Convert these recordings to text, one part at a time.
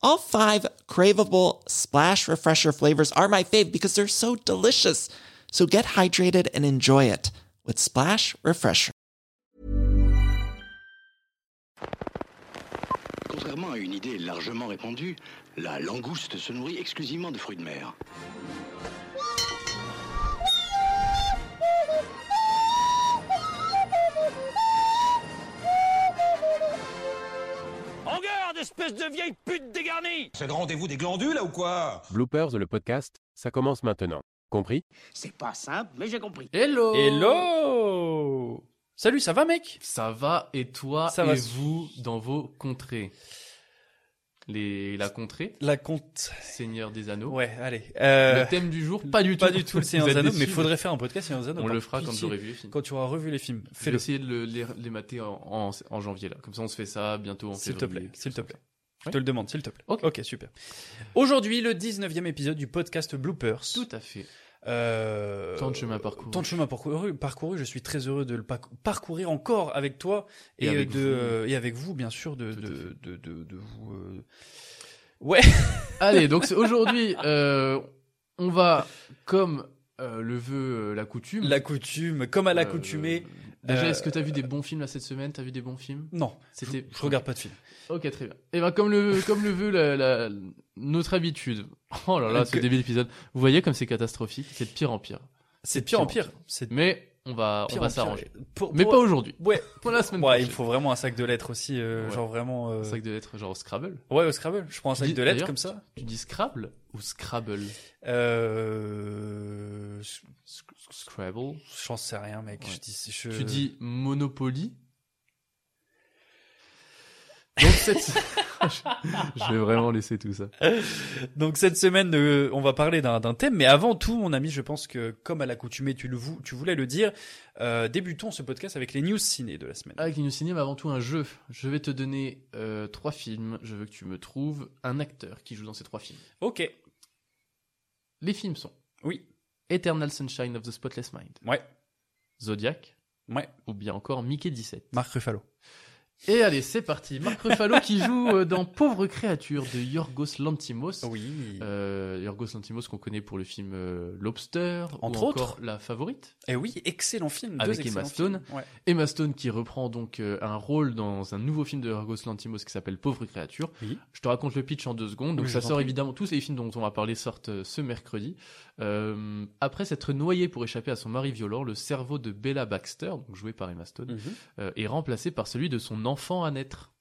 All five craveable splash refresher flavors are my fave because they're so delicious. So get hydrated and enjoy it with Splash Refresher. Contrairement à une idée largement répandue, la langouste se nourrit exclusivement de fruits de mer. Regarde, espèce de vieille pute dégarnie C'est le rendez-vous des glandules là ou quoi Bloopers, le podcast, ça commence maintenant. Compris C'est pas simple, mais j'ai compris. Hello Hello Salut, ça va mec Ça va et toi Ça et va. vous dans vos contrées Les la contrée La compte. Seigneur des Anneaux. Ouais, allez. Euh, le thème du jour, pas du tout. Pas du tout le Seigneur Vous des êtes Anneaux, déçus mais faudrait faire un podcast Seigneur des Anneaux. On par le fera quand pitié. j'aurai vu les films. Quand tu auras revu les films, Je vais fais-le. essayer de le- les, les mater en, en, en janvier là. Comme ça, on se fait ça bientôt en S'il te février, plaît, s'il te tout ça. plaît. Je Oui. te le demande, s'il te plaît. Ok. super. Aujourd'hui, le 19e épisode du podcast Bloopers. Tout à fait. Euh, Tant de chemin parcouru. Tant de chemin parcouru, parcouru. Je suis très heureux de le parc- parcourir encore avec toi et, Et avec de vous. euh, et avec vous, bien sûr, de Tout à de, fait. de, de, de vous. euh, Ouais. Allez, donc c'est- aujourd'hui, euh, on va comme euh, le veut euh, la coutume. La coutume, comme à l'accoutumée. Euh, déjà, euh, est-ce que t'as vu des bons films là cette semaine T'as vu des bons films Non, C'était- je, je regarde pas de film. Ok, très bien. Et ben comme le comme le veut la, la- notre habitude. Oh là là, ce Que- début d'épisode. Vous voyez comme c'est catastrophique, c'est de pire en pire. C'est de pire en pire. C'est de Mais on va pire on va en pire. s'arranger. Pour- Mais pour- pas aujourd'hui. Ouais, Pour la semaine ouais, il prochaine. me faut vraiment un sac de lettres aussi, euh, Ouais. genre vraiment. euh, Un sac de lettres genre Scrabble. Ouais, au Scrabble. Je prends un sac Dis- de lettres d'ailleurs, comme ça. Tu dis Scrabble ou Scrabble Euh... je- Sc- Scrabble. J'en sais rien, mec. Ouais. Je dis, je- Tu dis Monopoly. Donc cette je, je vais vraiment laisser tout ça. Donc cette semaine, euh, on va parler d'un d'un thème, mais avant tout, mon ami, je pense que comme à l'accoutumée, tu, le vou- tu voulais le dire, euh, débutons ce podcast avec les news ciné de la semaine. Avec les news ciné, Ah, mais avant tout un jeu. Je vais te donner euh, trois films. Je veux que tu me trouves un acteur qui joue dans ces trois films. Ok. Les films sont Oui. Eternal Sunshine of the Spotless Mind, Ouais. Zodiac Ouais. ou bien encore Mickey 17. Marc Ruffalo. Et allez, c'est parti. Marc Ruffalo qui joue euh, dans Pauvre créature de Yorgos Lantimos. Oui. Euh, Yorgos Lantimos qu'on connaît pour le film euh, Lobster Entre ou encore autres. La Favorite. Et Eh oui, excellent film. Avec deux Emma excellents Stone. films. Ouais. Emma Stone qui reprend donc euh, un rôle dans un nouveau film de Yorgos Lantimos qui s'appelle Pauvre créature. Oui. Je te raconte le pitch en deux secondes. Donc Oui, je ça t'en sort prie. évidemment tous les films dont on va parler sortent euh, ce mercredi. Euh, après s'être noyée pour échapper à son mari violent, le cerveau de Bella Baxter, donc joué par Emma Mm. Stone, euh, est remplacé par celui de son enfant à naître.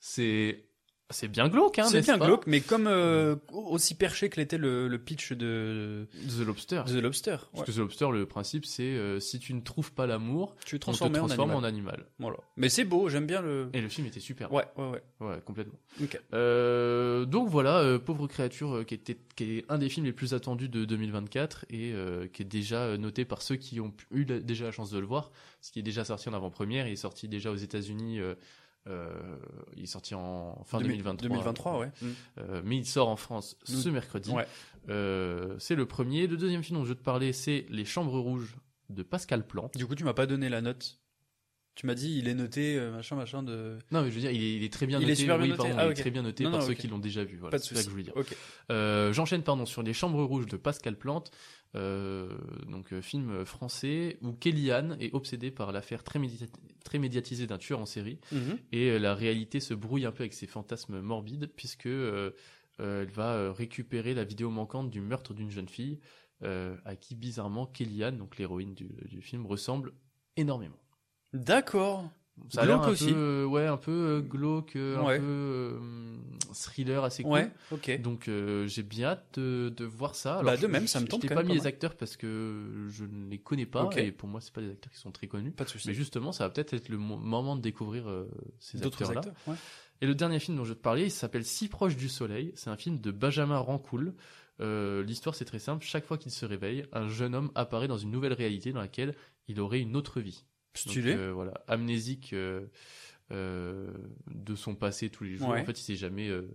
C'est c'est bien glauque, hein, C'est n'est-ce bien pas glauque, mais comme euh, aussi perché que l'était le, le pitch de The Lobster. de The Lobster. Parce Ouais. que The Lobster, le principe, c'est euh, si tu ne trouves pas l'amour, Tu on es te transformé en transforme animal. en animal. Voilà. Mais c'est beau, j'aime bien le. Et le film était super. Ouais, ouais, ouais. Ouais, complètement. Ok. Euh, donc voilà, euh, Pauvre créature, euh, qui, était, qui est un des films les plus attendus de 2024 et euh, qui est déjà euh, noté par ceux qui ont pu- eu la- déjà la chance de le voir, ce qui est déjà sorti en avant-première, il est sorti déjà aux États-Unis euh, Euh, il est sorti en fin 2000- 2023. 2023, ouais. Euh, mais il sort en France ce Nous- mercredi. ouais. Euh, c'est le premier. Le deuxième film dont je veux te parler, c'est Les Chambres Rouges de Pascal Plante. Du coup, tu m'as pas donné la note. Tu m'as dit, il est noté, euh, machin, machin de. Non, mais je veux dire, il est, il est très bien Il noté. est super bien oui, noté. pardon, Ah, il est ok. très bien noté Non, par non, ceux ok. qui l'ont déjà vu. Voilà, Pas de c'est ça que souci. je voulais dire. Ok. Euh, J'enchaîne, pardon, sur Les Chambres Rouges de Pascal Plante. euh, donc, euh, film français où Kellyanne est obsédée par l'affaire très, médiati- très médiatisée d'un tueur en série. Mhm. Et euh, la réalité se brouille un peu avec ses fantasmes morbides, puisque euh, euh, elle va euh, récupérer la vidéo manquante du meurtre d'une jeune fille, euh, à qui bizarrement Kellyanne, donc l'héroïne du, du film, ressemble énormément. D'accord. Ça a l'air Glauque un aussi. peu, euh, ouais, un peu euh, glauque, euh, Ouais. un peu euh, hum, thriller assez cool. Ouais, ok. Donc euh, j'ai bien hâte de, de voir ça. Bah, de je- même, ça me je- tente Je quand t'ai pas même mis pas les mal. acteurs parce que je ne les connais pas Ok. et pour moi c'est pas des acteurs qui sont très connus. Pas de souci. Mais justement, ça va peut-être être le mo- moment de découvrir euh, ces D'autres acteurs-là. acteurs, ouais. Et le dernier film dont je vais te parler, il s'appelle Si proche du soleil. C'est un film de Benjamin Rancoul. Euh, L'histoire c'est très simple. Chaque fois qu'il se réveille, un jeune homme apparaît dans une nouvelle réalité dans laquelle il aurait une autre vie. Stylé. Donc, euh, voilà, amnésique euh, euh, de son passé tous les jours. Ouais. En fait, il sait jamais. euh,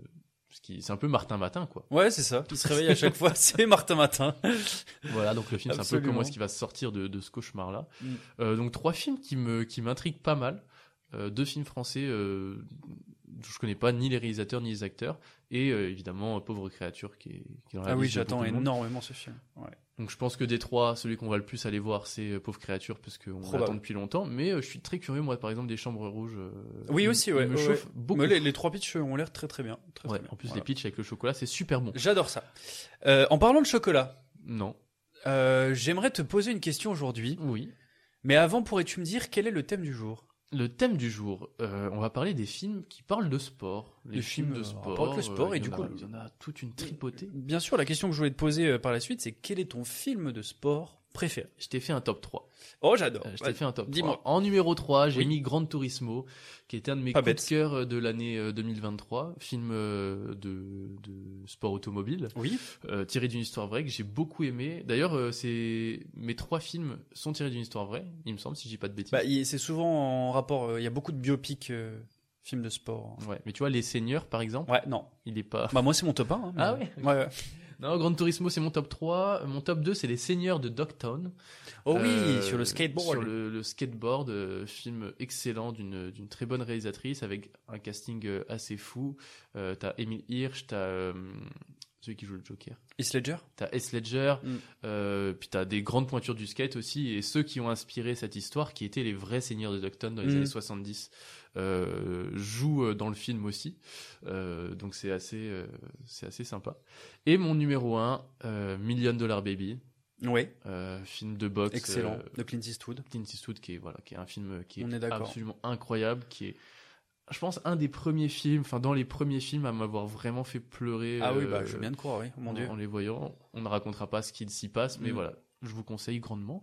ce qui- c'est un peu Martin Matin, quoi. Ouais, c'est ça. Il se réveille à chaque fois. C'est Martin Matin. Ah Voilà, donc le film, c'est un peu Absolument. comment est-ce qu'il va sortir de, de ce cauchemar-là. Mm. Euh, donc trois films qui me qui m'intriguent pas mal. Euh, deux films français, euh, dont je connais pas ni les réalisateurs ni les acteurs, et euh, évidemment euh, Pauvre créature qui est, qui est dans la Ah oui, liste de j'attends beaucoup de monde. énormément ce film. Ouais. Donc je pense que des trois, celui qu'on va le plus aller voir, c'est euh, Pauvre créature, parce qu'on Probable. l'attend depuis longtemps. Mais euh, je suis très curieux, moi, par exemple, des Chambres Rouges. euh, Oui, il- aussi, il ouais. me ouais, chauffe ouais. beaucoup. Mais les, les trois pitchs ont l'air très très bien. Très, très Ouais, bien. en plus, Voilà. les pitchs avec le chocolat, c'est super bon. J'adore ça. Euh, en parlant de chocolat, Non. euh, j'aimerais te poser une question aujourd'hui. Oui. Mais avant, pourrais-tu me dire quel est le thème du jour Le thème du jour, euh, on va parler des films qui parlent de sport. Les Des films, films, de euh, sport. en rapport avec le sport, euh, et il y du en coup, a- le- Il y en a toute une tripotée. Bien sûr, la question que je voulais te poser euh, par la suite, c'est quel est ton film de sport préféré Je t'ai fait un top 3. Oh, j'adore. Euh, je Vas-y, t'ai fait un top Dis-moi. 3. En numéro 3, j'ai Oui. mis Gran Turismo, qui était un de mes Pas coups bête. de cœur euh, de l'année euh, 2023. Film euh, de, de sport automobile, Oui. euh, tiré d'une histoire vraie, que j'ai beaucoup aimé. D'ailleurs, euh, c'est mes trois films sont tirés d'une histoire vraie, il me semble, si je dis pas de bêtises. Bah, il- c'est souvent en rapport. euh, Il y a beaucoup de biopics, euh, films de sport. ouais. Mais tu vois, Les Seigneurs, par exemple, Ouais, non. il est pas... Bah, moi, c'est mon top 1. hein, mais- Ah ouais Ouais, ouais. Non, Gran Turismo, c'est mon top 3. Mon top 2, c'est Les Seigneurs de Dogtown. Oh oui, Euh, sur le skateboard. Sur le, le skateboard, euh, film excellent d'une d'une très bonne réalisatrice avec un casting euh, assez fou. Euh, t'as Emile Hirsch, t'as euh, celui qui joue le Joker, Heath Ledger t'as S. Ledger, Mm. euh, puis t'as des grandes pointures du skate aussi et ceux qui ont inspiré cette histoire, qui étaient les vrais seigneurs de Dogtown dans les Mm. années 70, euh, jouent euh, dans le film aussi. Euh, donc c'est assez, euh, c'est assez sympa. Et mon numéro 1, Million Dollar Baby. Oui, Euh, film de boxe excellent. euh, De Clint Eastwood. Clint Eastwood qui est voilà qui est un film euh, qui est, On est d'accord. absolument incroyable qui est je pense un des premiers films enfin dans les premiers films à m'avoir vraiment fait pleurer Ah oui, euh, bah, je suis bien de croire, oui. Mon en, Dieu. en les voyant on ne racontera pas ce qu'il s'y passe mais Mm. voilà je vous conseille grandement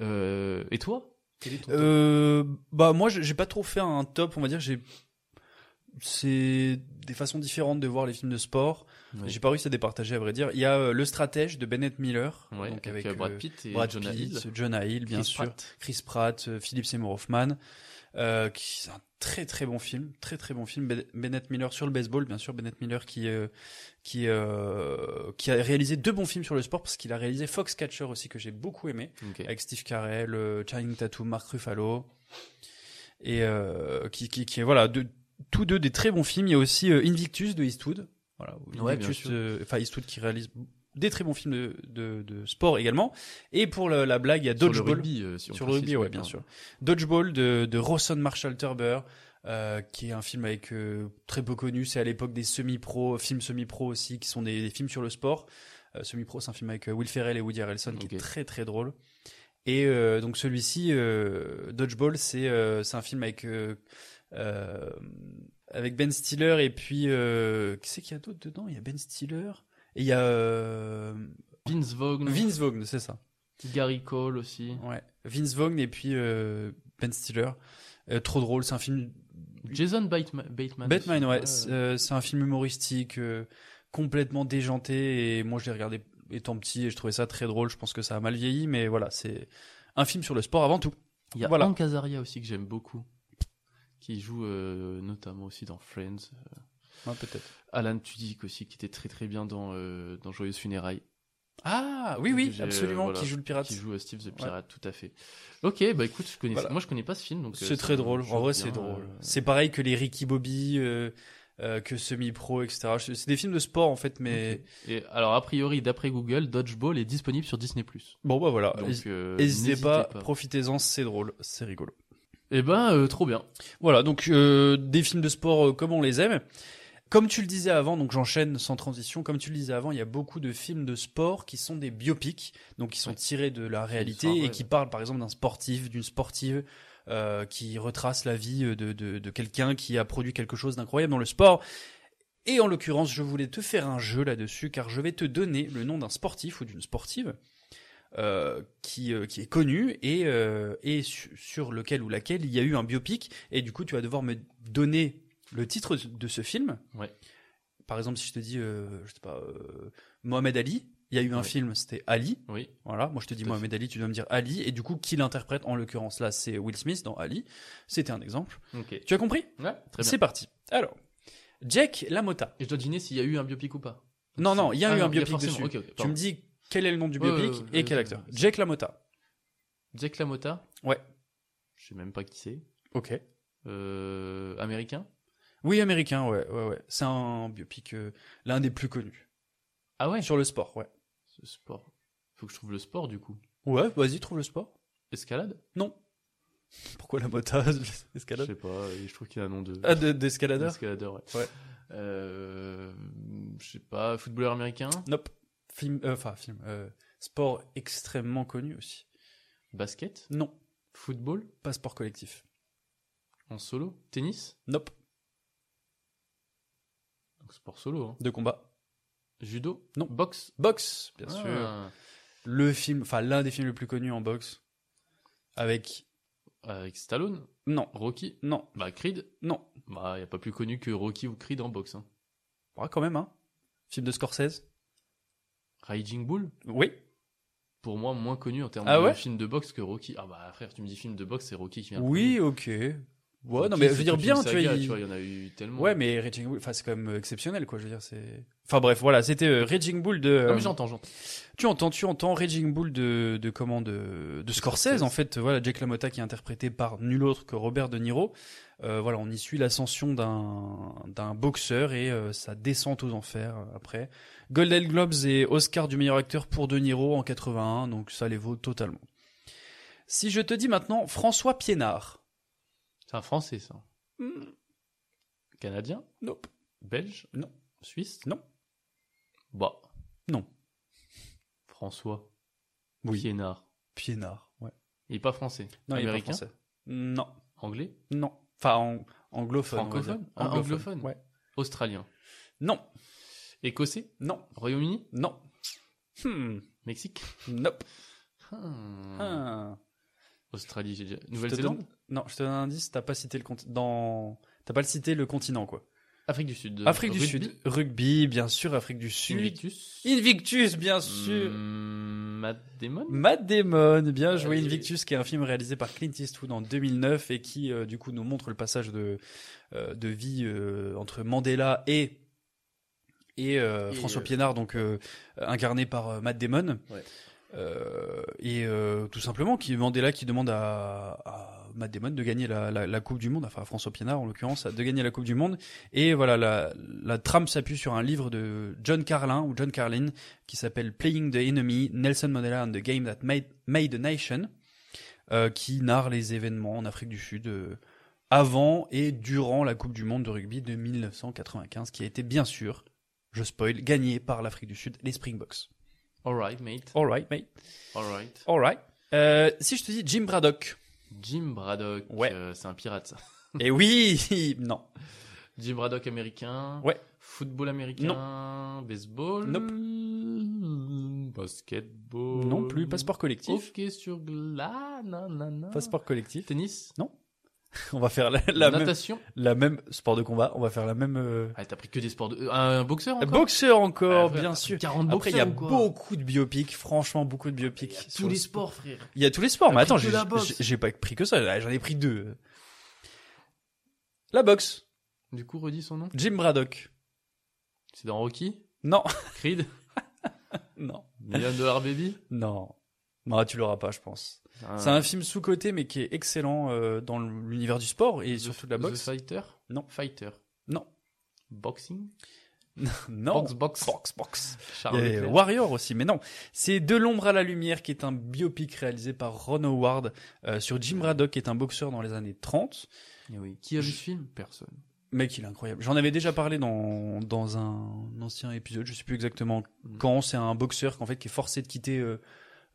Euh, et toi Quel est ton top Euh, bah moi j'ai j'ai pas trop fait un top on va dire j'ai c'est des façons différentes de voir les films de sport Ouais. j'ai pas réussi à départager à vrai dire il y a euh, le stratège de Bennett Miller Ouais, donc avec, avec, euh, Brad euh, Pitt et Brad Jonah Pitt, Hill Jonah Hill, bien Chris sûr Pratt. Chris Pratt euh, Philip Seymour Hoffman euh, qui c'est un très très bon film très très bon film Ben- Bennett Miller sur le baseball bien sûr Bennett Miller qui euh, qui euh, qui a réalisé deux bons films sur le sport parce qu'il a réalisé Foxcatcher aussi que j'ai beaucoup aimé Ok. avec Steve Carell, euh, Channing Tatum, Mark Ruffalo, et euh, qui, qui, qui est voilà, de, tous deux des très bons films. Il y a aussi euh, Invictus de Eastwood, voilà, où Ouais, bien Invictus, sûr. euh, enfin Eastwood qui réalise des très bons films de, de, de sport également. Et pour la, la blague, il y a Sur le Dodgeball rugby, euh, si on sur le précise, rugby, ouais, bien pardon. sûr. Dodgeball de, de Rawson Marshall Turber, euh, qui est un film avec euh, très peu connu. C'est à l'époque des semi-pro, films semi-pro aussi, qui sont des, des films sur le sport. Euh, semi-pro, c'est un film avec euh, Will Ferrell et Woody Harrelson, qui est Ok. très très drôle. Et euh, donc celui-ci, euh, Dodgeball, c'est euh, c'est un film avec euh, euh, avec Ben Stiller et puis euh, qui c'est qu'il y a d'autre dedans Il y a Ben Stiller et il y a euh, Vince Vaughn Vince Vaughn, c'est ça. Gary Cole aussi Ouais. Vince Vaughn et puis euh, Ben Stiller. Euh, trop drôle, c'est un film. Jason Bateman Bateman, aussi. Batman, Ah, ouais. C'est euh, c'est un film humoristique, euh, complètement déjanté. Et moi, je l'ai regardé étant petit et je trouvais ça très drôle. Je pense que ça a mal vieilli, mais voilà, c'est un film sur le sport avant tout. il y a voilà. Hank Azaria aussi que j'aime beaucoup qui joue euh, notamment aussi dans Friends. Ouais, peut-être. Alan Tudyk aussi, qui était très très bien dans, euh, dans Joyeuse Funérailles. Ah, oui, oui, J'ai, euh, absolument, voilà, qui joue le pirate. Qui joue euh, Steve the Pirate, tout à fait. Ok, bah écoute, je connais... Voilà. moi je connais pas ce film. donc euh, C'est ça très me drôle. choque En vrai, bien, c'est drôle. euh, C'est pareil que les Ricky Bobby, euh, euh, que Semi-Pro, etc. Je- C'est des films de sport, en fait, mais. ok. Et alors, a priori, d'après Google, Dodgeball est disponible sur Disney. Bon, bah voilà. Donc, N'hésitez euh, pas, profitez-en, c'est drôle, c'est rigolo. Eh ben, euh, trop bien. Voilà, donc euh, des films de sport euh, comme on les aime. Comme tu le disais avant, donc j'enchaîne sans transition, comme tu le disais avant, il y a beaucoup de films de sport qui sont des biopics, donc qui sont tirés de la réalité l'histoire et vraie, qui parlent par exemple d'un sportif, d'une sportive, euh, qui retrace la vie euh, de, de, de quelqu'un qui a produit quelque chose d'incroyable dans le sport. Et en l'occurrence, je voulais te faire un jeu là-dessus, car je vais te donner le nom d'un sportif ou d'une sportive euh, qui, euh, qui est connu et, euh, et su- sur lequel ou laquelle il y a eu un biopic. Et du coup, tu vas devoir me donner le titre de ce film. Ouais. Par exemple, si je te dis, euh, je sais pas, euh, Mohamed Ali, il y a eu un film, c'était Ali. Oui. Voilà, moi je te dis Mohamed Ali, tu dois me dire Ali. Et du coup, qui l'interprète en l'occurrence là, c'est Will Smith dans Ali. C'était un exemple. Ok. Tu as compris Ouais, très bien. C'est parti. Alors, Jack Lamotta. Et je dois deviner s'il y a eu un biopic ou pas. Non, non, il y a Ah eu non, un il y a biopic dessus. forcément, ok, ok, tu pardon. me dis quel est le nom du Ouais, biopic ouais, ouais, et quel vas-y, acteur. vas-y. Jack Lamotta. Jack LaMotta Ouais. Je sais même pas qui c'est. Ok. Euh, américain Oui, américain, ouais, ouais, ouais. C'est un biopic, euh, l'un des plus connus. Ah ouais Sur le sport, ouais. Ce sport. Faut que je trouve le sport du coup. Ouais, vas-y, trouve le sport. Escalade Non. Pourquoi la motage Escalade Je sais pas, euh, je trouve qu'il y a un nom de. Ah, de- d'escaladeur Escaladeur, ouais. Ouais. Euh, je sais pas, footballeur américain Nope. Film, euh, enfin, film. euh, sport extrêmement connu aussi. Basket Non. Football Pas sport collectif. En solo Tennis Nope. Donc sport solo, hein. De combat. Judo Non. Boxe Boxe, bien sûr. Ah. Le film, enfin, l'un des films les plus connus en boxe. Avec. Avec Stallone Non. Rocky Non. Bah Creed Non. Bah y a pas plus connu que Rocky ou Creed en boxe. Hein. Ah, quand même, hein. Film de Scorsese. Raging Bull Oui. pour moi moins connu en termes Ah ouais de film de boxe que Rocky. Ah bah frère, tu me dis film de boxe, c'est Rocky qui vient. Oui, ok. Ouais, Rocky, non, mais je c'est veux dire toute bien, une tu vois. saga, il- tu vois, il y en a eu tellement. Ouais, mais Raging Bull, enfin, c'est quand même euh, exceptionnel, quoi. Je veux dire, c'est. Enfin, bref, voilà, c'était euh, Raging Bull de. Ah, euh, mais j'entends, j'entends. tu entends, tu entends Raging Bull de, de comment de, de Scorsese, Scorsese. en fait. Voilà, Jack Lamotta qui est interprété par nul autre que Robert De Niro. Euh, voilà, on y suit l'ascension d'un, d'un boxeur et euh, sa descente aux enfers euh, après. Golden Globes et Oscar du meilleur acteur pour De Niro en 81, donc ça les vaut totalement. Si je te dis maintenant François Piénard. C'est un français ça. Hmm. Canadien, Nope. belge, Non. suisse, Non. Bah Non. François Oui. Piénard. Piénard, ouais. Il est pas français. Non, il est pas Américain, français. Non, anglais, non. Enfin, ang- anglophone. on va Francophone dire. Ah, anglophone. Ouais. australien, Non, écossais, non, Royaume-Uni, non. Hmm, Mexique, nope. Hmm. Ah. Australie, j'ai déjà- Je te Nouvelle-Zélande, donne- Non, je te donne un indice. T'as pas cité le conti- dans. T'as pas cité le continent, quoi. Afrique du Sud, Afrique du Euh, Rugby, Sud. Rugby, bien sûr. Afrique du Sud. Invictus, Invictus, bien sûr. Hmm, Matt Damon Matt Damon, bien joué. Allez. Invictus, qui est un film réalisé par Clint Eastwood en 2009 et qui, euh, du coup, nous montre le passage de, euh, de vie euh, entre Mandela et, et, euh, Et, François euh, Piénard, donc euh, incarné par euh, Matt Damon. Ouais. Euh, et euh, tout simplement, qui, Mandela qui demande à, à Matt Damon de gagner la, la- la Coupe du Monde, enfin à François Piénard en l'occurrence, de gagner la Coupe du Monde. Et voilà, la, la trame s'appuie sur un livre de John Carlin ou John Carlin qui s'appelle Playing the Enemy, Nelson Mandela and the Game That Made, Made a Nation, euh, qui narre les événements en Afrique du Sud euh, avant et durant la Coupe du Monde de rugby de 1995, qui a été bien sûr, je spoil, gagnée par l'Afrique du Sud, les Springboks. Alright, mate. Alright, mate. Alright. Alright. Euh, si je te dis Jim Braddock. Jim Braddock, Ouais. euh, c'est un pirate ça. Eh oui Non. Jim Braddock américain. Ouais. Football américain. Baseball. Basketball. Non plus, passeport collectif. Hockey sur glace. nanana. Passeport collectif. Tennis. On va faire la, la même, natation. la même sport de combat, on va faire la même... euh, Ah, t'as pris que des sports de. euh, Un boxeur encore Boxeur Ah, frère, encore, oh, bien t'as sûr. pris 40 Après, il y a boxeurs ou quoi beaucoup de biopics, franchement, beaucoup de biopics. sur Tous les le- sports, frère. Il y a tous les sports, T'as mais pris attends, que j'ai la boxe. j'ai- j'ai pas pris que ça, j'en ai pris deux. La boxe. Du coup, redis son nom. Jim Braddock. C'est dans Rocky Non. Creed Non. Million Dollar Baby Non. Non, tu l'auras pas, je pense. Ah. C'est un film sous-coté, mais qui est excellent euh, dans l'univers du sport et surtout de la boxe. The Fighter Non. Fighter. Non. Boxing non. Box, box. Box, box. Charles Il y a Leclerc. Warrior aussi, mais non. C'est De l'ombre à la lumière, qui est un biopic réalisé par Ron Howard euh, sur Jim Braddock, qui est un boxeur dans les années 30, Eh oui. Qui a vu ce film Personne. Mec, il est incroyable. J'en avais déjà parlé dans, dans un ancien épisode, je sais plus exactement quand. C'est un boxeur qu'en fait, qui est forcé de quitter euh,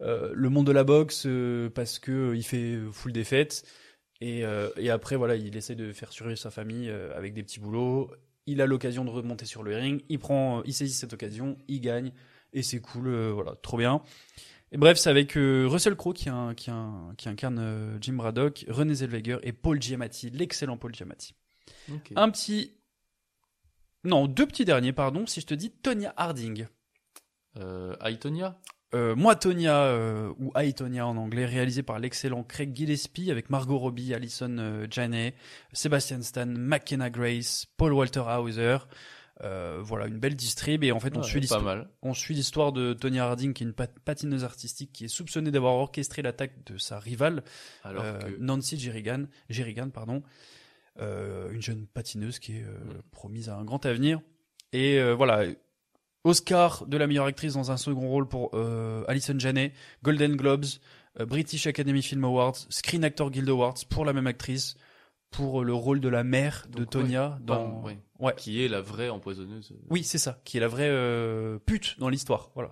euh, le monde de la boxe euh, parce que euh, il fait full défaite. Et, euh, et après, voilà, il essaie de faire survivre sa famille euh, avec des petits boulots. Il a l'occasion de remonter sur le ring. Il prend, euh, il saisit cette occasion, il gagne et c'est cool. euh, voilà, trop bien. Et bref, c'est avec euh, Russell Crowe qui, un- qui, un- qui incarne euh, Jim Braddock, René Zellweger et Paul Giamatti, l'excellent Paul Giamatti. Ok. Un petit. Non, deux petits derniers, pardon, si je te dis Tonya Harding. Euh, Aitonia Euh, Moi, Tonya, euh, ou I, Tonya en anglais, réalisé par l'excellent Craig Gillespie avec Margot Robbie, Alison euh, Janney, Sebastian Stan, McKenna Grace, Paul Walter Hauser. Euh, voilà, une belle distrib. Et en fait, on Ouais, suit Ah, Pas l'histoire. mal. On suit l'histoire de Tonya Harding, qui est une pat- patineuse artistique qui est soupçonnée d'avoir orchestré l'attaque de sa rivale, Alors euh, que. Nancy Jerrigan, Jerrigan pardon, euh, une jeune patineuse qui est euh, Mm. promise à un grand avenir. Et euh, voilà, Oscar de la meilleure actrice dans un second rôle pour euh, Alison Janney, Golden Globes, euh, British Academy Film Awards, Screen Actor Guild Awards pour la même actrice, pour euh, le rôle de la mère de Donc, Tonya ouais, dans... pardon, ouais. Ouais. Qui est la vraie empoisonneuse. Oui, c'est ça, qui est la vraie euh, pute dans l'histoire. Voilà.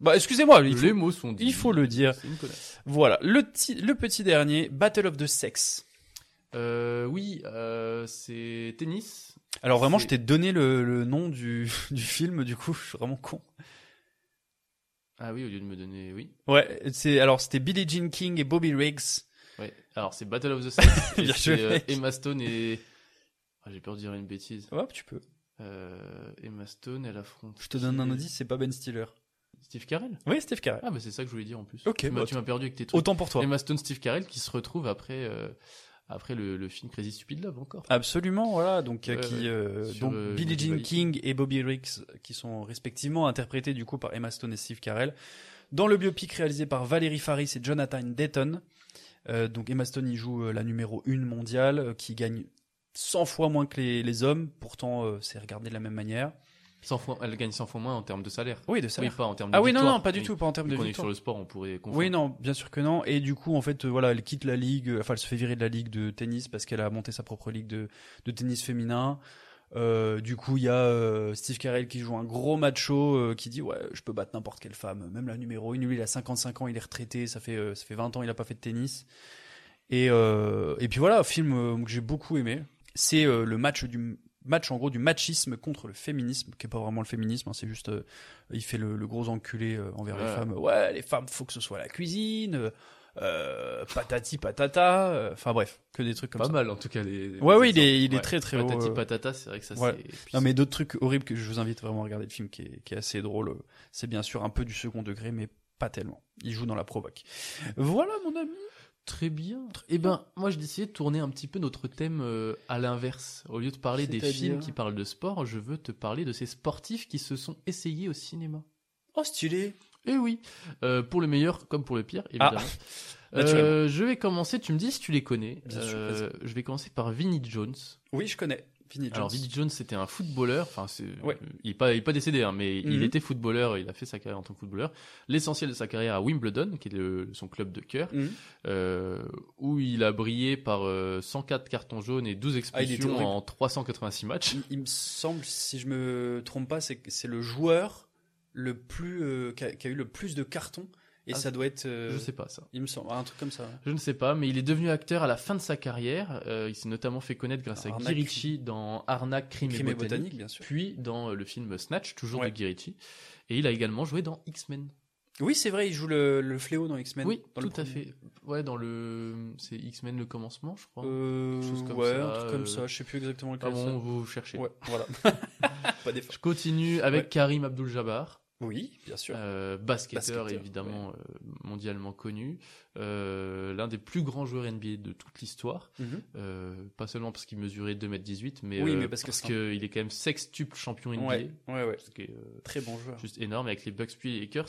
Bah, excusez-moi, il faut- Les mots sont dits. il faut le dire. C'est une connasse. Voilà, le, ti- le petit dernier, Battle of the Sex. Euh, oui, euh, c'est tennis. Alors vraiment, je C'est- t'ai donné le, le nom du, du film, du coup, je suis vraiment con. Ah oui, au lieu de me donner. Oui. Ouais, c'est alors c'était Billie Jean King et Bobby Riggs. Ouais. Alors c'est Battle of the Sexes. et Bien c'est, joué, euh, mec. Emma Stone et. Ah, J'ai peur de dire une bêtise. Ouais, tu peux. Euh, Emma Stone, elle affronte. Je te donne un qui indice, c'est pas Ben Stiller. Steve Carell Oui, Steve Carell. Ah, bah c'est ça que je voulais dire en plus. Ok, Tu m'as- bah, tu m'as perdu avec tes trucs. Autant pour toi. Emma Stone, Steve Carell qui se retrouve après, euh, après le, le film Crazy Stupid Love encore. Absolument, voilà. Donc euh, Ouais, ouais. qui euh, Sur, donc euh, Billie Monkey Jean Valley. King et Bobby Riggs qui sont respectivement interprétés du coup par Emma Stone et Steve Carell dans le biopic réalisé par Valérie Faris et Jonathan Dayton. Euh, donc Emma Stone y joue euh, la numéro une mondiale euh, qui gagne 100 fois moins que les, les hommes. Pourtant, euh, c'est regardé de la même manière. 100 fois, elle gagne 100 fois moins en termes de salaire. Oui, de Oui, salaire. pas en termes de ah oui, non, victoire. non, pas du Oui. tout, pas en termes Vu de qu'on est victoire. sur le sport, on pourrait confondre. Oui, non, bien sûr que non. Et du coup, en fait, euh, voilà, elle quitte la ligue, euh, enfin, elle se fait virer de la ligue de tennis parce qu'elle a monté sa propre ligue de, de tennis féminin. Euh, du coup, il y a euh, Steve Carell qui joue un gros macho euh, qui dit Ouais, je peux battre n'importe quelle femme, même la numéro une Lui, il a 55 ans, il est retraité, ça fait, euh, ça fait 20 ans, il n'a pas fait de tennis. Et, euh, et puis voilà, film euh, que j'ai beaucoup aimé. C'est euh, le match du match en gros du machisme contre le féminisme qui est pas vraiment le féminisme hein, c'est juste euh, il fait le, le gros enculé euh, envers les Ouais. femmes ouais les femmes faut que ce soit la cuisine euh, patati patata euh, enfin bref que des trucs comme Pas ça mal en tout cas. Les, Ouais, les oui, il est- exemples. il est très, très Patati beau, euh. patata, c'est vrai que ça Voilà. c'est. non mais d'autres trucs horribles que je vous invite vraiment à regarder le film qui est, qui est assez drôle euh, c'est bien sûr un peu du second degré mais pas tellement il joue dans la provoque voilà mon ami Très bien. Eh ben, moi, j'ai décidé de tourner un petit peu notre thème euh, à l'inverse. Au lieu de parler des C'est-à-dire films qui parlent de sport, je veux te parler de ces sportifs qui se sont essayés au cinéma. oh stylé Eh oui, Euh, pour le meilleur comme pour le pire, évidemment. Ah, naturellement. Euh, je vais commencer, tu me dis si tu les connais. Bien sûr, Euh, je vais commencer par Vinnie Jones. oui je connais Vinnie Alors Jones. Vinnie Jones, c'était un footballeur. Enfin, c'est- euh, Ouais. il est pas, il est pas décédé, hein, mais il Mhm. était footballeur. Il a fait sa carrière en tant que footballeur. L'essentiel de sa carrière à Wimbledon, qui est le- son club de cœur, Mhm. euh, où il a brillé par euh, 104 cartons jaunes et 12 Ah, il était expulsions horrible. en 386 matchs. Il, il me semble, si je me trompe pas, c'est que c'est le joueur le plus euh, qui, a, qui a eu le plus de cartons et Ah, ça doit être. euh, Je sais pas ça. Il me semble un truc comme ça. Je ne sais pas, mais il est devenu acteur à la fin de sa carrière. Euh, il s'est notamment fait connaître grâce Arnaque, à Guy Ritchie dans Arnaque, Crime, Crime et et Botanique, botanique, bien sûr. puis dans euh, le film Snatch, toujours Ouais. de Guy Ritchie. Et il a également joué dans X-Men. Oui, c'est vrai, il joue le, le fléau dans X-Men. Oui, dans le tout à premier. fait. Ouais, dans le. C'est X-Men le commencement, je crois. Euh, Quelque chose comme ouais, ça, un truc comme euh, ça. Je sais plus exactement lequel. ah bon, c'est. vous cherchez. Ouais, voilà. pas des Je continue avec Ouais. Karim Abdul-Jabbar. Oui, bien sûr. Euh, basketteur, évidemment euh, mondialement connu, Euh, l'un des plus grands joueurs NBA de toute l'histoire. Mhm. Euh, pas seulement parce qu'il mesurait 2m18, mais, Oui, euh, mais parce que c'est un- qu'il est quand même sextuple champion NBA. Ouais, ouais, ouais. Ce qui est, euh, Très bon joueur. Juste énorme avec les Bucks puis les Lakers.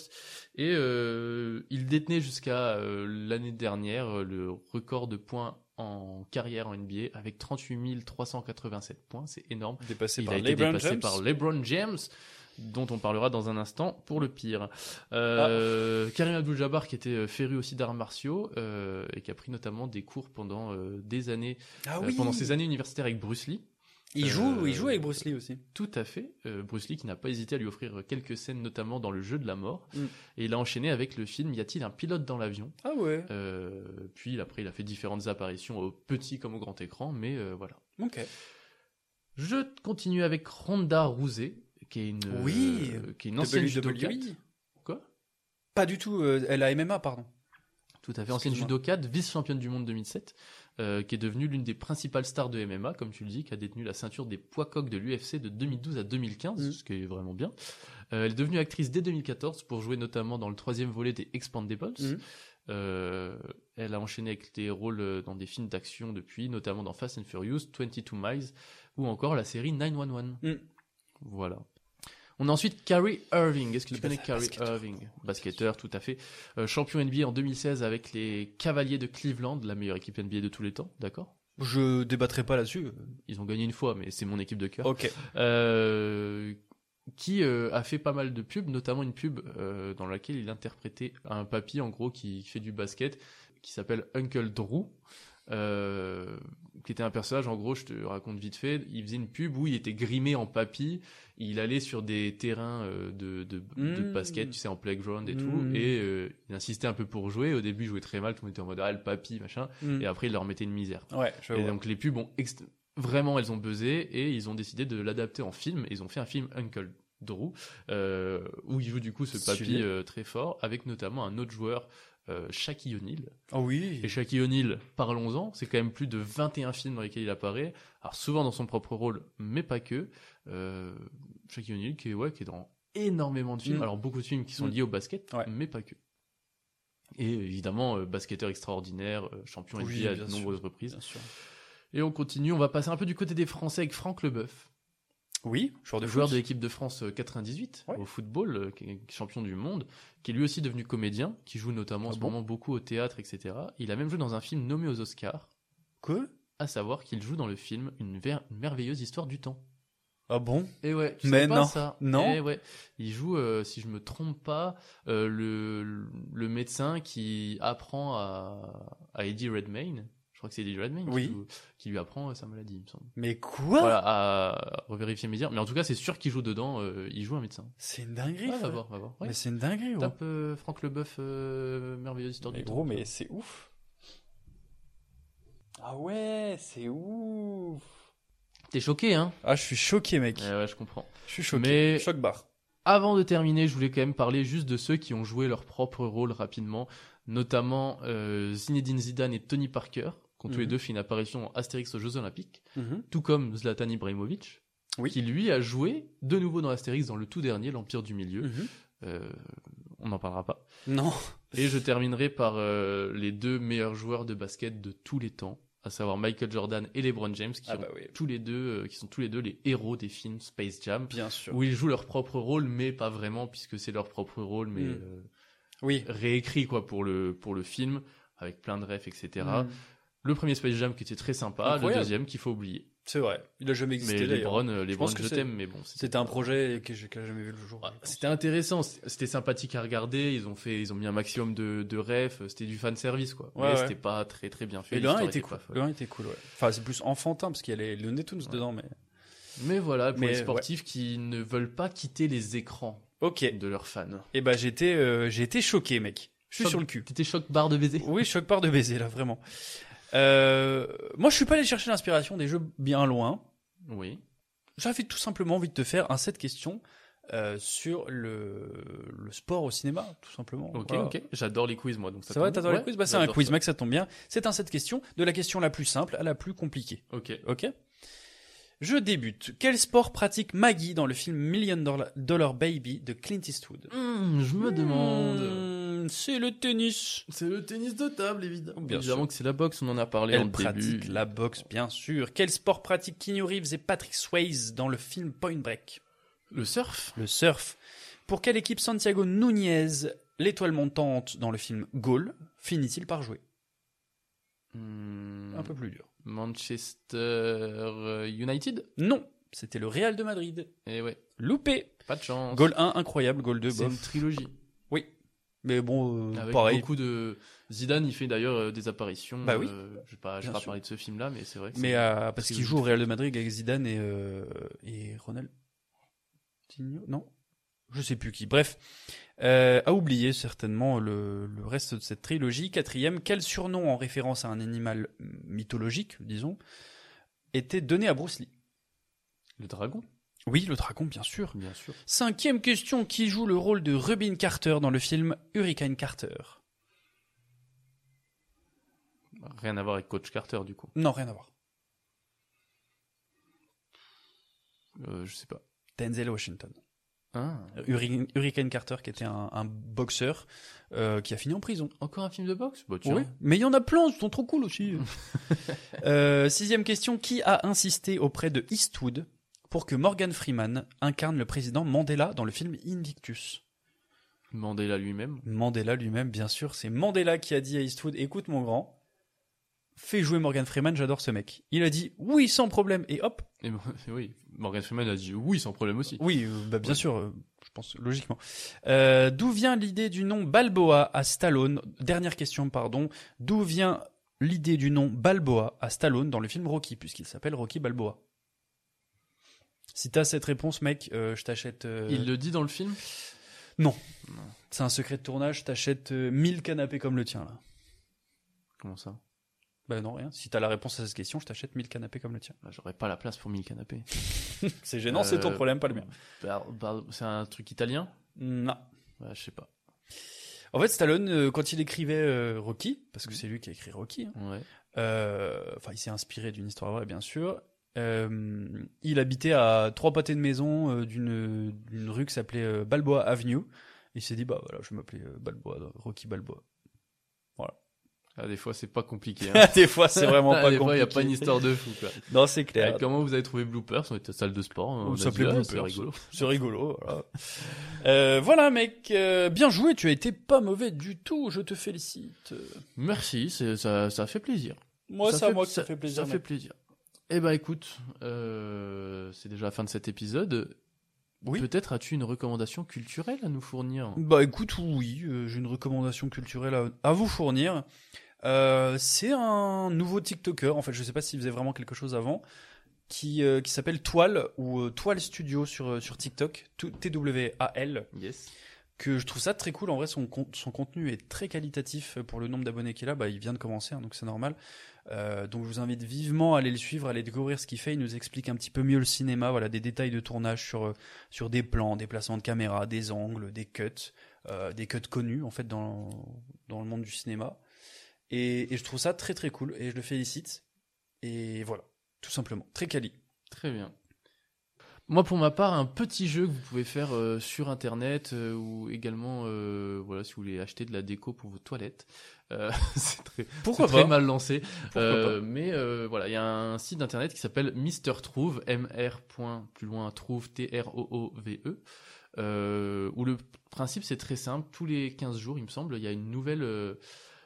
Et euh, il détenait jusqu'à euh, l'année dernière euh, le record de points en carrière en NBA avec 38 387 points. C'est énorme. Dépassé il par a été LeBron dépassé James. par LeBron James dont on parlera dans un instant pour le pire. Euh, Ah. Karim Abdul-Jabbar qui était euh, féru aussi d'arts martiaux euh, et qui a pris notamment des cours pendant euh, des années, Ah euh, oui. pendant ses années universitaires avec Bruce Lee. Il joue, Euh, il joue avec Bruce Lee aussi. tout à fait. Euh, Bruce Lee qui n'a pas hésité à lui offrir euh, quelques scènes, notamment dans le jeu de la mort. Mm. Et il a enchaîné avec le film Y a-t-il un pilote dans l'avion Ah ouais. Euh, Puis après, il a fait différentes apparitions au petit comme au grand écran, mais euh, voilà. Ok. Je continue avec Ronda Rousey, qui est une, Oui, E. euh, qui est une ancienne WWE. judokate. Quoi Pas du tout. euh, elle a MMA, pardon. Tout à fait, ancienne Excuse-moi. judokate, vice-championne du monde 2007, euh, qui est devenue l'une des principales stars de MMA, comme tu le dis, qui a détenu la ceinture des poids coqs de l'UFC de 2012 à 2015, ce qui est vraiment bien. Euh, elle est devenue actrice dès 2014 pour jouer notamment dans le troisième volet des Expandables. Mhm. Euh, elle a enchaîné avec des rôles euh, dans des films d'action depuis, notamment dans Fast and Furious, 22 Miles ou encore la série 911. Mhm. Voilà. On a ensuite Carrie Irving. Est-ce que Le tu connais bas- Carrie basketteur. Irving Basketteur, tout à fait. Euh, champion NBA en 2016 avec les Cavaliers de Cleveland, la meilleure équipe NBA de tous les temps, d'accord Je débattrai pas là-dessus. Ils ont gagné une fois, mais c'est mon équipe de cœur. Ok. Euh, qui euh, a fait pas mal de pubs, notamment une pub euh, dans laquelle il interprétait un papy, en gros, qui fait du basket, qui s'appelle Uncle Drew. euh, qui était un personnage, en gros, je te raconte vite fait, il faisait une pub où il était grimé en papy, il allait sur des terrains euh, de, de, de Mmh. basket, tu sais, en playground et Mmh. tout, et euh, il insistait un peu pour jouer, au début il jouait très mal, tout le monde était en mode, ah, le papy, machin, Mm. et après il leur mettait une misère. Ouais, je Et vois. donc les pubs ont ext- vraiment elles ont buzzé et ils ont décidé de l'adapter en film. Ils ont fait un film Uncle Drew euh, où il joue du coup ce papy Stylé. euh, très fort avec notamment un autre joueur. Euh, Shaquille O'Neal. Ah oui. Et Shaquille O'Neal, parlons-en, c'est quand même plus de 21 films dans lesquels il apparaît, alors souvent dans son propre rôle, mais pas que. Euh, Shaquille O'Neal qui, est- ouais, qui est dans énormément de films, Mm. alors beaucoup de films qui sont Mm. liés au basket, Ouais. mais pas que. Et évidemment, euh, basketteur extraordinaire, euh, champion Oui, NBA à bien de sûr. nombreuses reprises. Bien sûr. Et on continue, on va passer un peu du côté des Français avec Franck Leboeuf, Oui, joueur de le joueur foot. de l'équipe de France euh, 98 Ouais. au football, euh, qui est champion du monde, qui est lui aussi devenu comédien, qui joue notamment en Ah ce bon moment beaucoup au théâtre, etc. Il a même joué dans un film nommé aux Oscars, Quoi à savoir qu'il joue dans le film Une, ver- une merveilleuse histoire du temps. Ah bon Et ouais, tu Mais savais pas non, ça. non. Eh ouais, il joue, euh, si je me trompe pas, euh, le, le médecin qui apprend à, à Eddie Redmayne, je crois que c'est Eddie Redmayne, qui Oui. joue- qui lui apprend euh, sa maladie, il me semble. Mais quoi voilà, à revérifier mes dires. Mais en tout cas, c'est sûr qu'il joue dedans. euh, il joue un médecin. C'est une dinguerie. Ouais, va frère. voir, va voir. Ouais. Mais c'est une dinguerie. gros. Tape euh, Franck Leboeuf, euh, merveilleuse histoire Mais du gros, temps. mais c'est ouf. Ah ouais, c'est ouf. T'es choqué, hein Ah, je suis choqué, mec. ouais, ouais, je comprends. Je suis choqué. Mais- Choc barre. Avant de terminer, je voulais quand même parler juste de ceux qui ont joué leur propre rôle rapidement, notamment euh, Zinedine Zidane et Tony Parker, qui ont tous les Mhm. deux fait une apparition en Astérix aux Jeux Olympiques, tout comme Zlatan Ibrahimovic, Oui. qui lui a joué de nouveau dans Astérix dans le tout dernier, l'Empire du Milieu. Mhm. Euh, on n'en parlera pas. Non. Et je terminerai par euh, les deux meilleurs joueurs de basket de tous les temps, à savoir Michael Jordan et LeBron James, qui, Ah ont bah oui. tous les deux, euh, qui sont tous les deux les héros des films Space Jam, Bien sûr. où ils jouent leur propre rôle, mais pas vraiment, puisque c'est leur propre rôle, mais Mm. euh, Oui. réécrit quoi pour le pour le film, avec plein de refs, etc. Mm. Le premier Space Jam qui était très sympa, le Incroyable. deuxième qu'il faut oublier. C'est vrai. Il a jamais existé. Mais les d'ailleurs. Bron, euh, les Je pense Bron, que je c'est- t'aime, mais bon, c'était- C'était un projet que j'ai que j'ai jamais vu le jour. Ah, Ouais, je pense. C'était intéressant, c- c'était sympathique à regarder, ils ont fait ils ont mis un maximum de de refs, c'était du fan service quoi. Ouais, mais ouais. c'était pas très très bien fait. Et le 1 l'histoire était pas cool. folle. Le 1 était cool, ouais. Enfin, c'est plus enfantin parce qu'il y a les, le Netoons dedans, mais. Mais voilà, pour Mais, les sportifs qui ne veulent pas quitter les écrans Ok. de leurs fans. Et bah, j'étais euh, j'ai été choqué, mec. Je suis Choc- sur le cul. T'étais choc barre de baiser. Oui, choc par de baiser, là, vraiment. Euh, moi, je suis pas allé chercher l'inspiration des jeux bien loin. Oui. J'avais tout simplement envie de te faire un set questions euh, sur le, le sport au cinéma, tout simplement. Ok, Voilà. ok. J'adore les quiz, moi. Donc ça C'est vrai, tombe bien. t'adores les Ouais, quiz Bah, c'est un j'adore quiz, ça. mec, ça tombe bien. C'est un set questions de la question la plus simple à la plus compliquée. Ok. Ok Je débute. Quel sport pratique Maggie dans le film Million Dollar- Dollar Baby de Clint Eastwood Hmm, je me demande. Hmm, C'est le tennis. C'est le tennis de table, évidemment. Oh, Bien évidemment sûr. que c'est la boxe, on en a parlé en Elle début. pratique la boxe, bien sûr. Quel sport pratique Keanu Reeves et Patrick Swayze dans le film Point Break Le surf Le surf. Pour quelle équipe Santiago Núñez, l'étoile montante dans le film Goal, finit-il par jouer Hmm, Un peu plus dur. Manchester euh, United Non, c'était le Real de Madrid. Eh ouais, Loupé. pas de chance. Goal 1, incroyable. Goal 2, C'est une bof. trilogie. Oui. Mais bon, euh, Avec pareil. beaucoup de Zidane, il fait d'ailleurs euh, des apparitions. Bah oui. euh, je vais pas, je Bien vais pas sûr. parler de ce film-là, mais c'est vrai. que Mais c'est- euh, parce qu'il trilogie. joue au Real de Madrid avec Zidane et, euh, et Ronaldinho Non Je sais plus qui. Bref, euh, à oublier certainement le, le reste de cette trilogie. Quatrième, quel surnom en référence à un animal mythologique, disons, était donné à Bruce Lee le dragon, Oui, le dragon, bien sûr. bien sûr. Cinquième question, qui joue le rôle de Rubin Carter dans le film Hurricane Carter Rien à voir avec Coach Carter, du coup. Non, rien à voir. Euh, je sais pas. Denzel Washington. Ah. Hurri- Hurricane Carter, qui était un, un boxeur euh, qui a fini en prison. Encore un film de boxe Bah, tiens. Oui, mais il y en a plein, ils sont trop cool aussi. Euh, sixième question, qui a insisté auprès de Eastwood pour que Morgan Freeman incarne le président Mandela dans le film Invictus Mandela lui-même. Mandela lui-même, bien sûr, c'est Mandela qui a dit à Eastwood, écoute mon grand, fais jouer Morgan Freeman, j'adore ce mec. Il a dit, oui, sans problème, et hop, Et mo- oui, Morgan Freeman a dit oui sans problème aussi. oui, euh, bah, bien Ouais. sûr, euh, je pense logiquement. Euh, d'où vient l'idée du nom Balboa à Stallone Dernière question, pardon. D'où vient l'idée du nom Balboa à Stallone dans le film Rocky, puisqu'il s'appelle Rocky Balboa Si t'as cette réponse, mec, euh, je t'achète. euh, Il le dit dans le film. C'est un secret de tournage, je t'achète euh, 1000 canapés comme le tien, là. Comment ça Bah non, rien. Si t'as la réponse à cette question, je t'achète 1000 canapés comme le tien. Bah, J'aurais pas la place pour 1000 canapés. C'est gênant, c'est ton Euh, problème, pas le mien. Bar- bar- C'est un truc italien Non. Bah, Je sais pas. En fait, Stallone, euh, quand il écrivait euh, Rocky, parce que c'est lui qui a écrit Rocky, hein, Ouais. Euh, enfin il s'est inspiré d'une histoire vraie bien sûr. Euh, il habitait à trois pâtés de maison euh, d'une d'une rue qui s'appelait euh, Balboa Avenue. Il s'est dit bah voilà je vais m'appeler euh, Balboa Rocky Balboa. Ah, des fois, c'est pas compliqué. hein. Ah, des fois c'est vraiment Ah, pas des fois, il y compliqué. a pas une histoire de fou. Quoi. Non c'est clair. Et Bah, comment vous avez trouvé bloopers On était à la salle de sport. On, On a s'appelait dit, ah, Bloopers. C'est rigolo. C'est rigolo. Voilà. Euh, voilà mec euh, bien joué tu as été pas mauvais du tout je te félicite. Merci, c'est- ça, ça fait plaisir. Moi ça, fait- moi que ça fait plaisir. Ça fait mec. plaisir. Eh ben écoute, euh, c'est déjà la fin de cet épisode. Oui. Peut-être as-tu une recommandation culturelle à nous fournir Bah écoute, oui, euh, j'ai une recommandation culturelle à, à vous fournir. Euh, c'est un nouveau TikToker, en fait, je sais pas s'il faisait vraiment quelque chose avant, qui, euh, qui s'appelle Toile ou euh, Toile Studio sur, euh, sur TikTok, tout- T-W-A-L, Yes. que je trouve ça très cool. En vrai, son, con- son contenu est très qualitatif pour le nombre d'abonnés qu'il a. Bah, il vient de commencer, hein, donc c'est normal. Euh, donc je vous invite vivement à aller le suivre, à aller découvrir ce qu'il fait. Il nous explique un petit peu mieux le cinéma, voilà, des détails de tournage sur, euh, sur des plans, des placements de caméra, des angles, des cuts, euh, des cuts connus en fait dans, dans le monde du cinéma. Et, et je trouve ça très très cool et je le félicite. Et voilà, tout simplement, très quali. Très bien. Moi, pour ma part, un petit jeu que vous pouvez faire euh, sur Internet euh, ou également, euh, voilà, si vous voulez acheter de la déco pour vos toilettes. Euh, c'est très, Pourquoi c'est très pas mal lancé. Pourquoi Euh, mais euh, voilà, il y a un site internet qui s'appelle Mister Trouve, mr. point, plus loin trouve t r o o v e euh, où le principe c'est très simple, tous les 15 jours, il me semble, il y a une nouvelle euh,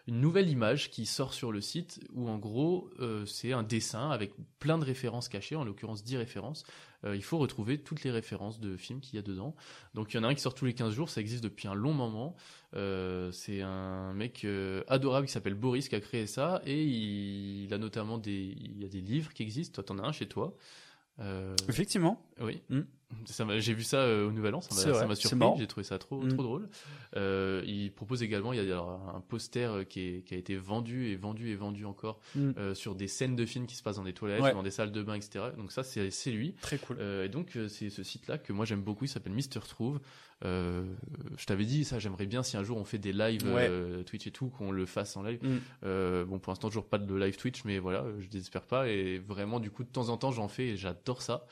une nouvelle image qui sort sur le site où en gros euh, c'est un dessin avec plein de références cachées, en l'occurrence 10 références. Euh, il faut retrouver toutes les références de films qu'il y a dedans. Donc il y en a un qui sort tous les 15 jours, ça existe depuis un long moment. Euh, c'est un mec euh, adorable qui s'appelle Boris qui a créé ça et il, il a notamment des, il y a des livres qui existent. Toi t'en as un chez toi. Euh, Effectivement. oui. Mm. Ça m'a- J'ai vu ça euh, au Nouvel An, ça m'a- C'est vrai, ça m'a c'est surpris, marrant. j'ai trouvé ça trop, Mm. trop drôle. Euh, il propose également, il y a alors, un poster euh, qui, est- qui a été vendu et vendu et vendu encore Mm. euh, sur des scènes de films qui se passent dans des toilettes, Ouais. dans des salles de bain, etc. Donc ça, c'est c'est lui. Très cool. Euh, et donc euh, c'est ce site-là que moi j'aime beaucoup, il s'appelle Mister Trouve. Euh, je t'avais dit ça, j'aimerais bien si un jour on fait des lives Ouais. euh, Twitch et tout, qu'on le fasse en live. Mm. Euh, bon, pour l'instant, toujours pas de live Twitch, mais voilà, euh, je désespère pas. Et vraiment, du coup, de temps en temps, j'en fais et j'adore ça.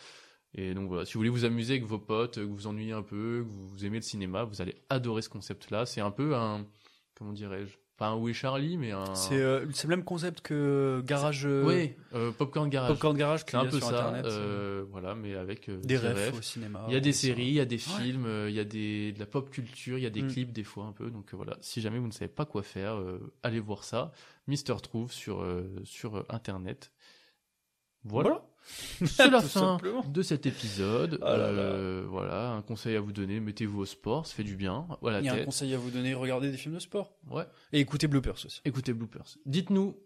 Et donc voilà, si vous voulez vous amuser avec vos potes, euh, que vous vous ennuyez un peu, que vous, vous aimez le cinéma, vous allez adorer ce concept-là. C'est un peu un, comment dirais-je, pas un Où est Charlie, mais un. C'est euh, c'est le même concept que Garage. euh, Oui, euh, Popcorn Garage. Popcorn Garage, c'est un qu'il y a peu sur ça. Internet, euh, voilà, mais avec euh, des refs au cinéma, Il y a des ça. séries, il y a des Ouais. films, euh, il y a des, de la pop culture, il y a des Mm. clips des fois un peu. Donc euh, voilà, si jamais vous ne savez pas quoi faire, euh, allez voir ça. Mister Trouve sur euh, sur euh, Internet. Voilà. Voilà. C'est la Tout fin Bah, simplement. de cet épisode. Ah là là. Euh, voilà, un conseil à vous donner, mettez-vous au sport, ça fait du bien. Voilà, Il y a un conseil à vous donner, regardez des films de sport. Ouais. Et écoutez Bloopers aussi. Écoutez bloopers. Dites-nous,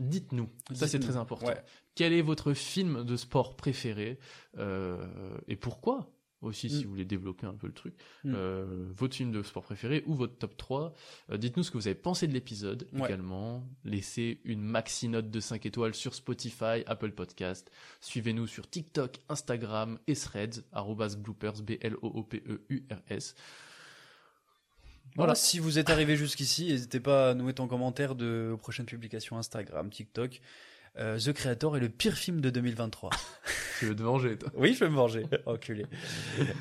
dites-nous, ça c'est Dites-nous. très important. Ouais. Quel est votre film de sport préféré euh, et pourquoi aussi si Mm. vous voulez développer un peu le truc, Mm. euh, votre film de sport préféré ou votre top 3. Euh, Dites-nous ce que vous avez pensé de l'épisode Ouais. également. Laissez une maxi note de 5 étoiles sur Spotify, Apple Podcast. Suivez-nous sur TikTok, Instagram et threads, arrobas bloopers, E B-L-O-O-P-E-U-R-S. Voilà. Si vous êtes arrivé jusqu'ici, n'hésitez pas à nous mettre en commentaire de aux prochaines publications Instagram, TikTok. Euh, The Creator est le pire film de 2023. Tu veux te venger, toi. Oui, je vais me venger, enculé.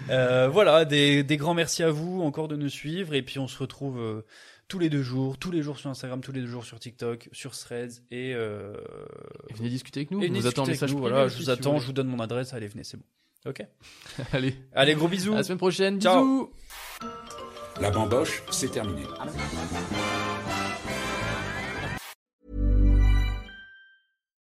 Euh, voilà, des, des grands merci à vous encore de nous suivre. Et puis on se retrouve euh, tous les deux jours, tous les jours sur Instagram, tous les deux jours sur TikTok, sur Threads. Et, euh, Et venez discuter avec nous. et on venez vous attend en discuter message avec nous, privé Voilà, aussi, je vous si attends, voulez. je vous donne mon adresse. Allez, venez, c'est bon. Ok. Allez, Allez, gros bisous. à la semaine prochaine. Ciao. Bisous. La bamboche, c'est terminé.